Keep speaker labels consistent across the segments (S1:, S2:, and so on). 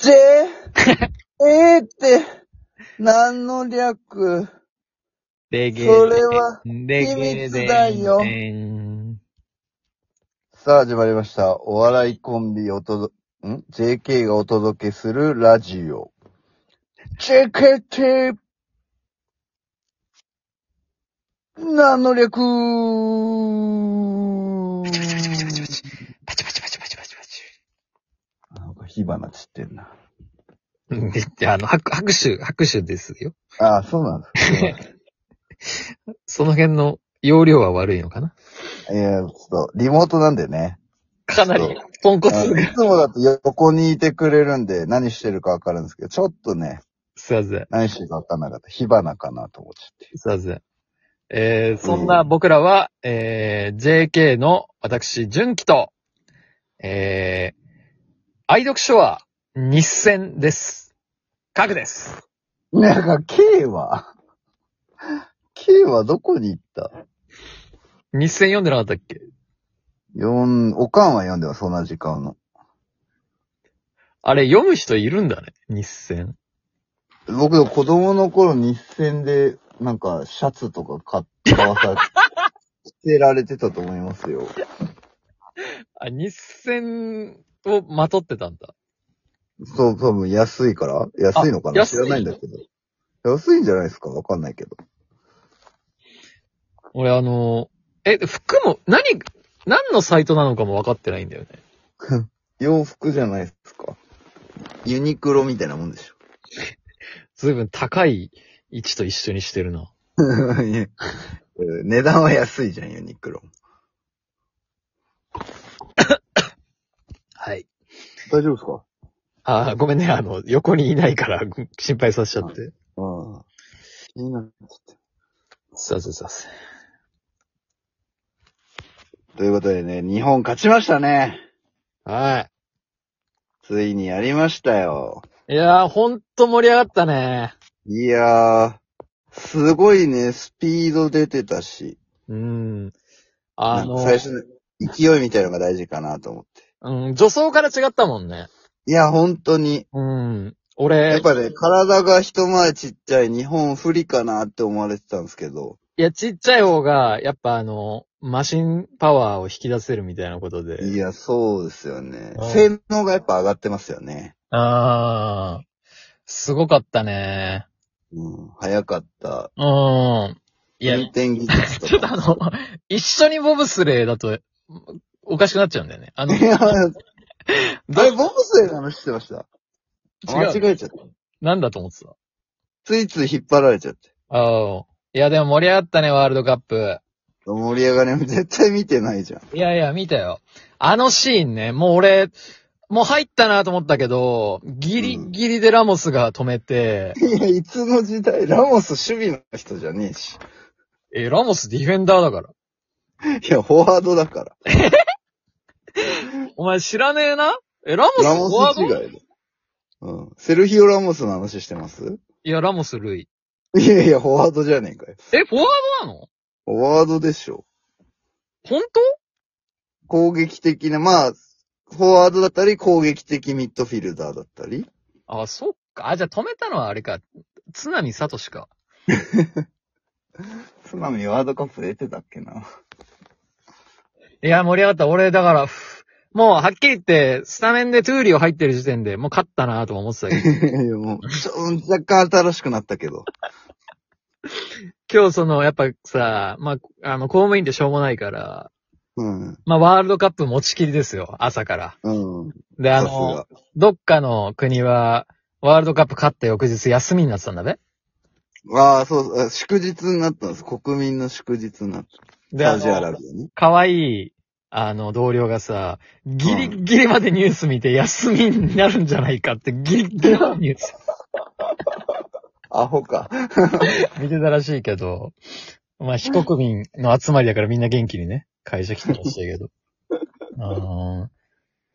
S1: J、A って、何の略
S2: レゲエ。
S1: それは
S2: レゲエ
S1: 秘密だよ
S2: でん
S1: さあ始まりました。お笑いコンビおとど、ん ?JK がお届けするラジオ。JK って、何の略
S2: パチパチパチパチパチパチ。
S1: なんか火花散ってんな。
S2: うんでであの、拍拍手、拍手ですよ。
S1: ああ、そうなんですか。
S2: その辺の容量は悪いのかない
S1: や、ちょっと、リモートなんでね。
S2: かなり、ポンコ
S1: あ
S2: ツ
S1: のい
S2: が。
S1: つもだと横にいてくれるんで、何してるかわかるんですけど、ちょっとね、
S2: すいません、
S1: 何してるかわかんなかった。火花かなと思っちゃって。
S2: すいません。えー、そんな僕らは、えー、JK の私、純喜と、えー、愛読書は、日戦です。書くです。
S1: なんか、K は ?K はどこに行った
S2: 日戦読んでなかったっけ
S1: よん、おかんは読んでます、同じ顔の。
S2: あれ、読む人いるんだね。日戦。
S1: 僕、子供の頃、日戦で、なんか、シャツとか買って、買わされて、捨てられてたと思いますよ。
S2: あ、日戦をまとってたんだ。
S1: そう、多分安いから安いのか
S2: あ
S1: な
S2: 安い
S1: 知らないんだけど。安いんじゃないですかわかんないけど。
S2: 俺、あの、え、服も、何、何のサイトなのかも分かってないんだよね。
S1: 洋服じゃないですか。ユニクロみたいなもんでしょ。
S2: ずいぶん高い位置と一緒にしてるな。
S1: いや値段は安いじゃん、ユニクロ。
S2: はい。
S1: 大丈夫ですか
S2: あーごめんね、あの、横にいないからご心配させちゃって。
S1: ああ。気になっちゃって
S2: さあさあさあさあ。
S1: ということでね、日本勝ちましたね。
S2: は
S1: ついにやりましたよ。
S2: い。いやー、ほんと盛り上がったね。
S1: いやー、すごいね、スピード出てたし。
S2: うん。あの、
S1: 最初の勢いみたいのが大事かなと思って。
S2: うん、女装から違ったもんね。
S1: いや、本当に。
S2: うん。俺、
S1: やっぱね、体が一回りちっちゃい日本不利かなって思われてたんですけど。
S2: いや、ちっちゃい方が、やっぱあの、マシンパワーを引き出せるみたいなことで。
S1: いや、そうですよね
S2: うん。
S1: 性能がやっぱ上がってますよね。
S2: ああ、すごかったね。
S1: うん。早かった。
S2: うん。いや
S1: 運、転技術
S2: ちょ
S1: と
S2: っとあ
S1: か。
S2: の、一緒にボブスレーだと、おかしくなっちゃうんだよね。あの
S1: い、や、あ
S2: ど
S1: れ、ボブスレーの話してました。間
S2: 違う。
S1: 違えちゃった。
S2: なんだと思ってた。
S1: ついつい引っ張られちゃって。
S2: ああ。いや、でも盛り上がったね、ワールドカップ。
S1: 盛り上がりも絶対見てないじゃん。
S2: いやいや、見たよ。あのシーンね、もう俺、もう入ったなと思ったけど、ギリギリでラモスが止めて、
S1: いや、いつの時代、ラモス守備の人じゃねえし。
S2: え、ラモスディフェンダーだから。
S1: いや、フォワードだから。
S2: お前知らねえなえ、ラモス
S1: ラ
S2: フォ
S1: モ
S2: ワ
S1: ス違
S2: ード
S1: いで。うん。セルヒオ・ラモスの話してます
S2: いや、ラモス類。
S1: いやいや、フォワードじゃねえかよ。
S2: え、フォワードなの
S1: フォワードでしょ。
S2: 本
S1: 攻撃的な、まあ、フォワードだったり、攻撃的ミッドフィルダーだったり。
S2: 当あ、そっか。あ、じゃあ止めたのはあれか。津波聡か。
S1: つまみワールドカップ出てたっけな。
S2: いや、盛り上がった。俺、だから、ふもう、はっきり言って、スタメンでトゥーリーを入ってる時点で、もう勝ったなとも思ってたけ ど、
S1: いやいやもう、ちょ若干新しくなったけど。
S2: 今日その、やっぱさ、まあ、あの、公務員ってしょうもないから、
S1: うん。
S2: まあ、ワールドカップ持ちきりですよ、朝から。
S1: うん。
S2: で、あ
S1: さす
S2: の、
S1: が。
S2: どっかの国は、ワールドカップ勝った翌日休みになってたんだべ
S1: ああ、そうそう、祝日になったんです。国民の祝日になった。
S2: で、あ
S1: サウジ
S2: の
S1: アラビアね。
S2: 可愛い、あの、同僚がさ、ギリギリまでニュース見て休みになるんじゃないかって、ギ リギリまでニュース
S1: アホか。
S2: 見てたらしいけど、まあ、非国民の集まりだからみんな元気にね、会社来てました けど。あの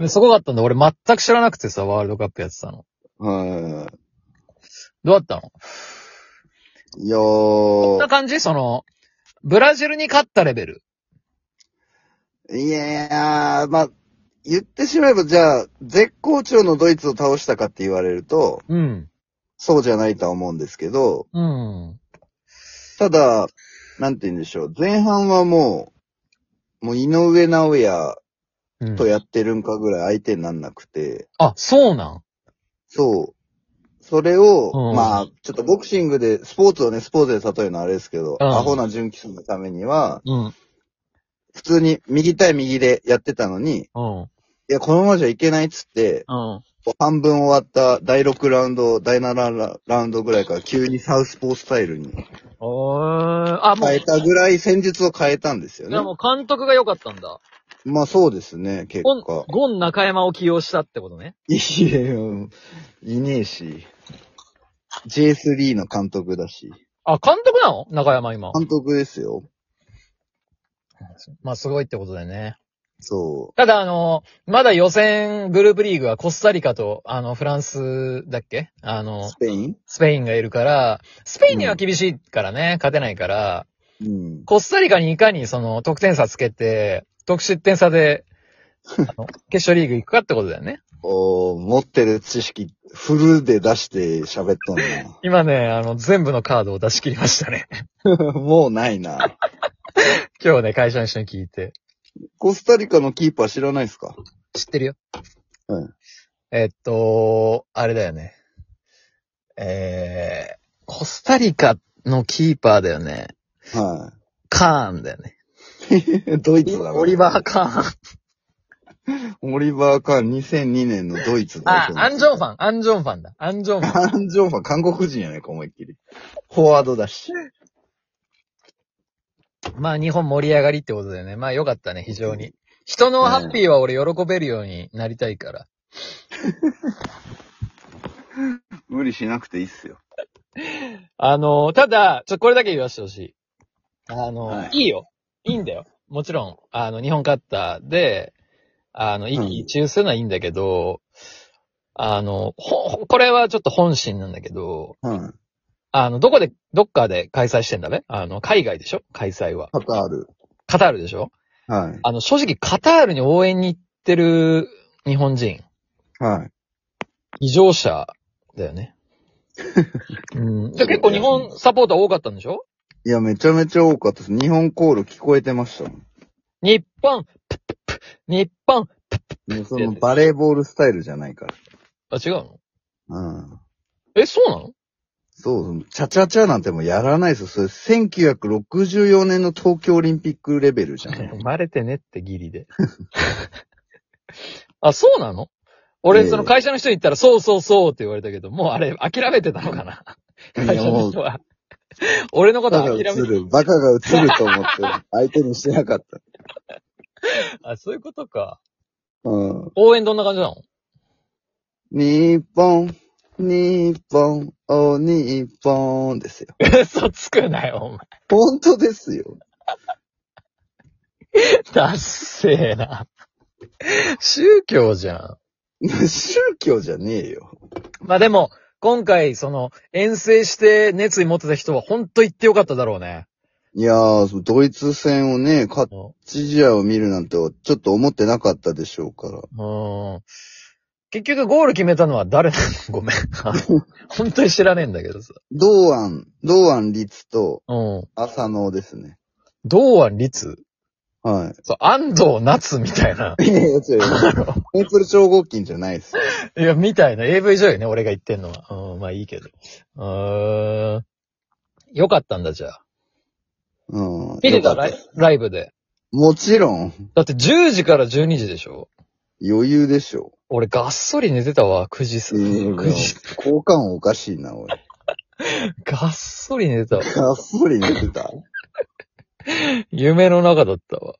S2: ーで、そこだったんだ。俺全く知らなくてさ、ワールドカップやってたの。
S1: うん。
S2: どうだったの
S1: いや
S2: こんな
S1: ー。
S2: 感じその、ブラジルに勝ったレベル。
S1: いやー、まあ、言ってしまえば、じゃあ、絶好調のドイツを倒したかって言われると、
S2: うん。
S1: そうじゃないとは思うんですけど、
S2: うん。
S1: ただ、なんて言うんでしょう。前半はもう、もう井上直也
S2: うん
S1: とやってるんかぐらい相手になんなくて、
S2: あ、そうなん
S1: そう。それを、
S2: うん
S1: まあ、ちょっとボクシングで、スポーツをね、スポーツで例えるのはあれですけど、
S2: うん
S1: アホな純喜さんのためには、
S2: うん。
S1: 普通に右対右でやってたのに、
S2: うん。
S1: いや、このままじゃいけないっつって、
S2: うん。
S1: 半分終わった第6ラウンド、第7ララウンドぐらいから急にサウスポースタイルに
S2: おーあ、もう、
S1: 変えたぐらい戦術を変えたんですよ
S2: じゃあも
S1: ね。
S2: う監督が良かったんだ。
S1: まあそうですね、結
S2: ゴン
S1: 果、。
S2: ゴン中山を起用したってことね。
S1: いや、いねえし。J3 の監督だし。
S2: あ、監督なの中山今。
S1: 監督ですよ。
S2: まあ、すごいってことだよね。
S1: そ
S2: ただ、あの、まだ予選グループリーグはコスタリカと、あの、フランスだっけあ
S1: う。
S2: の
S1: ス、ペイン
S2: スペインがいるから、スペインには厳しいからね、勝てないから、
S1: うん。
S2: コスタリカにいかにその得点差つけて、得失点差で、あの 決勝リーグ行くかってことだよね。
S1: おー持ってる知識、フルで出して喋っとん
S2: 今ね、あの、全部のカードを出し切りましたね。
S1: な。 もうないな。
S2: 今日ね、会社の人に聞いて。
S1: コスタリカのキーパー知らないですか
S2: 知ってるよ。
S1: うん。
S2: えっと、あれだよね。えー、コスタリカのキーパーだよね。
S1: は
S2: カーンだよね。
S1: い。 ドイツだな
S2: オリバー・カーン。
S1: オリバーカーン2002年のドイツ代
S2: あ、
S1: 表。
S2: アンジョンフ
S1: ァン。
S2: ァン、アンジョンファンだ。アンジョンファン。
S1: アンジョンファン、韓国人やねんか、思いっきり。フォワードだし。
S2: まあ日本盛り上がりってことだよね。まあよかったね、非常に。人のハッピーは俺喜べるようになりたいから。
S1: 無理しなくていいっすよ。
S2: あの、ただ、ちょ、これだけ言わせてほしい。あの、、
S1: はい
S2: いよ。いいんだよ。もちろん、あの、日本勝ったで、あの、一喜一憂するのはいいんだけど、あの、ほ、これはちょっと本心なんだけど、
S1: うん。
S2: あの、どこで、どっかで開催してんだべあの、海外でしょ開催は。
S1: パタール。
S2: カタールでしょ
S1: はい。
S2: あの、正直カタールに応援に行ってる日本人。
S1: はい。
S2: 異常者だ よね。うん。で結構日本サポーター多かったんでしょ
S1: いや、めちゃめちゃ多かったです。日本コール聞こえてましたもん。
S2: 日本、プップップ日本、
S1: もうそのバレーボールスタイルじゃないから。
S2: あ、違うの
S1: うん。
S2: え、そうなの
S1: そう、チャチャチャなんてもうやらないですよ。それ1964年の東京オリンピックレベルじゃん。
S2: 生まれてねってギリで。 あ、そうなの俺、
S1: ええ
S2: その会社の人に言ったら、そうそうそうって言われたけど、もうあれ、諦めてたのかな会社の人は。 俺のこ
S1: バ
S2: と
S1: カ
S2: 諦
S1: が映
S2: めて、
S1: る、バカが映ると思って、相手にしてなかった。
S2: あ、そういうことか。
S1: うん。
S2: 応援どんな感じなの
S1: 日本、日本、お日本ですよ。
S2: 嘘つくなよ、お前。
S1: 本当ですよ。
S2: ダッセーな。宗教じゃん。
S1: 宗教じゃねえよ。
S2: まあでも、今回、その、遠征して熱意持ってた人は、本当行ってよかっただろうね。
S1: いやー、ドイツ戦をね、勝ち試合を見るなんて、ちょっと思ってなかったでしょうから。
S2: うん。結局、ゴール決めたのは誰 なのごめん。あの本当に知らねえんだけどさ。
S1: 堂安、堂安律と
S2: うん。
S1: 浅野ですね。
S2: 堂安律
S1: は
S2: そう、安藤夏みたいな。
S1: い。いやいや、違う。メープル超合金じゃないですよ。
S2: いや、みたいな。AV 女優ね、俺が言ってんのは。うん、まあいいけど。うーん。よかったんだ、じゃあ。
S1: うん。
S2: 見てた
S1: よか
S2: ラ
S1: っ
S2: イライブで。
S1: もちろん、
S2: だって10時から12時でしょ
S1: 余裕でしょ。
S2: 俺、がっそり寝てたわ、9時す。9時。
S1: 交換音おかしいな、俺。
S2: がっそり寝てたわ。
S1: がっそり寝てた。
S2: 夢の中だったわ。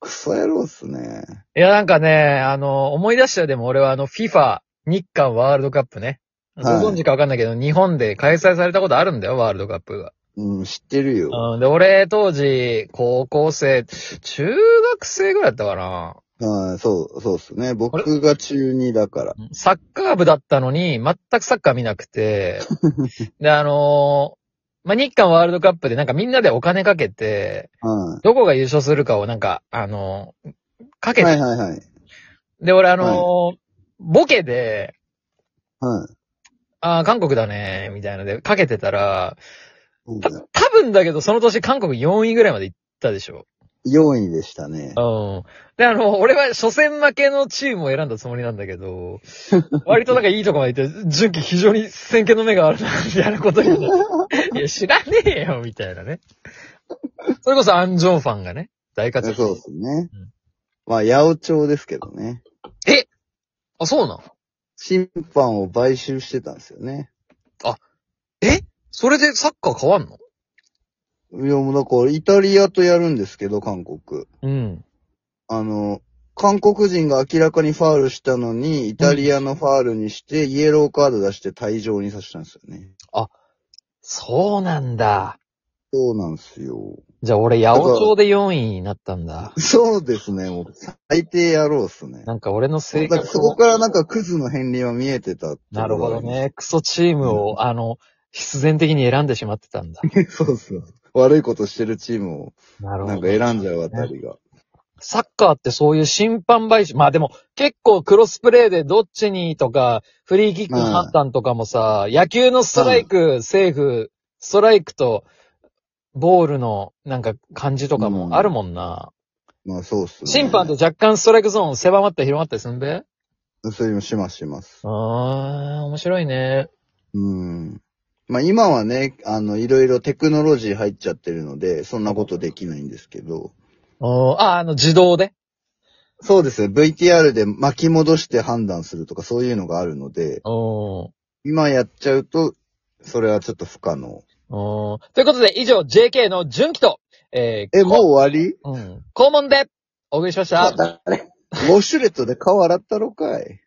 S1: クソ野郎っすね。
S2: いや、なんかね、あの、思い出したよでも俺はあの、FIFA 日韓ワールドカップね。ご
S1: はい
S2: 存知かわかんないけど、日本で開催されたことあるんだよ、ワールドカップが。
S1: うん、知ってるよ。
S2: うん、で、俺、当時、高校生、中学生ぐらいだったかな。
S1: うん、そう、そうっすね。僕が中2だから。
S2: サッカー部だったのに、全くサッカー見なく て、で、あのまあ、日韓ワールドカップでなんかみんなでお金かけて、
S1: は
S2: どこが優勝するかをなんか、あのか
S1: い。
S2: けて
S1: はいはいはい。
S2: で、俺あのーボケで、
S1: はい。
S2: ああ、韓国だね、みたいのでかけてたら、
S1: そう
S2: た
S1: だよ
S2: 多分だけどその年韓国4位ぐらいまで行ったでしょ。
S1: 4位でしたね。
S2: うん。で、あの、俺は初戦負けのチームを選んだつもりなんだけ ど、割となんかいいとこまで行って、純喜非常に先見の目があるな、みたいなこと 言うの。いや、知らねえよ、みたいなね。それこそアンジョンファンがね、大活
S1: そう
S2: 躍。
S1: ですね
S2: うん。
S1: まあ、八百長ですけどね。
S2: あ、そうなの
S1: 審判を買収してたんですよね。
S2: それでサッカー変わんの
S1: いや、もうだから、イタリアとやるんですけど、韓国。
S2: うん。
S1: あの、韓国人が明らかにファールしたのに、イタリアのファールにして、イエローカード出して退場にさせたんですよね。
S2: そうなんだ。
S1: そうなんですよ。
S2: じゃあ俺、八百長で4位になったんだ。
S1: そうですね。もう最低野郎っすね。
S2: なんか俺の性
S1: だから
S2: 格
S1: そこからなんかクズの片鱗は見えてたってこと
S2: なるほど。ね。クソチームを、あの、必然的に選んでしまってたんだ。
S1: そうそう。悪いことしてるチームを
S2: なるほ
S1: な
S2: ど。
S1: んか選んじゃうあたりが。
S2: サッカーってそういう審判買収、まあでも結構クロスプレーでどっちにとか、フリーキックの判断とかもさ、野球のストライク、セーフ、ストライクと、ボールのなんか感じとかもあるもんな。
S1: まあそうっすね。
S2: 審判って若干ストライクゾーン狭まったり広まったりすんべ
S1: それもしますします。
S2: ああ、面白いね。
S1: うん。まあ今はね、あの、いろいろテクノロジー入っちゃってるので、そんなことできないんですけど。
S2: おーあ、あの自動で。
S1: そうですね。VTR で巻き戻して判断するとかそういうのがあるので、
S2: おー
S1: 今やっちゃうと、それはちょっと不可能。
S2: おーということで、以上 JK の純喜と、えー
S1: え、もう終わり
S2: う、うん、肛門でお送りしました。
S1: あ、誰ウォシュレットで顔洗ったろかい。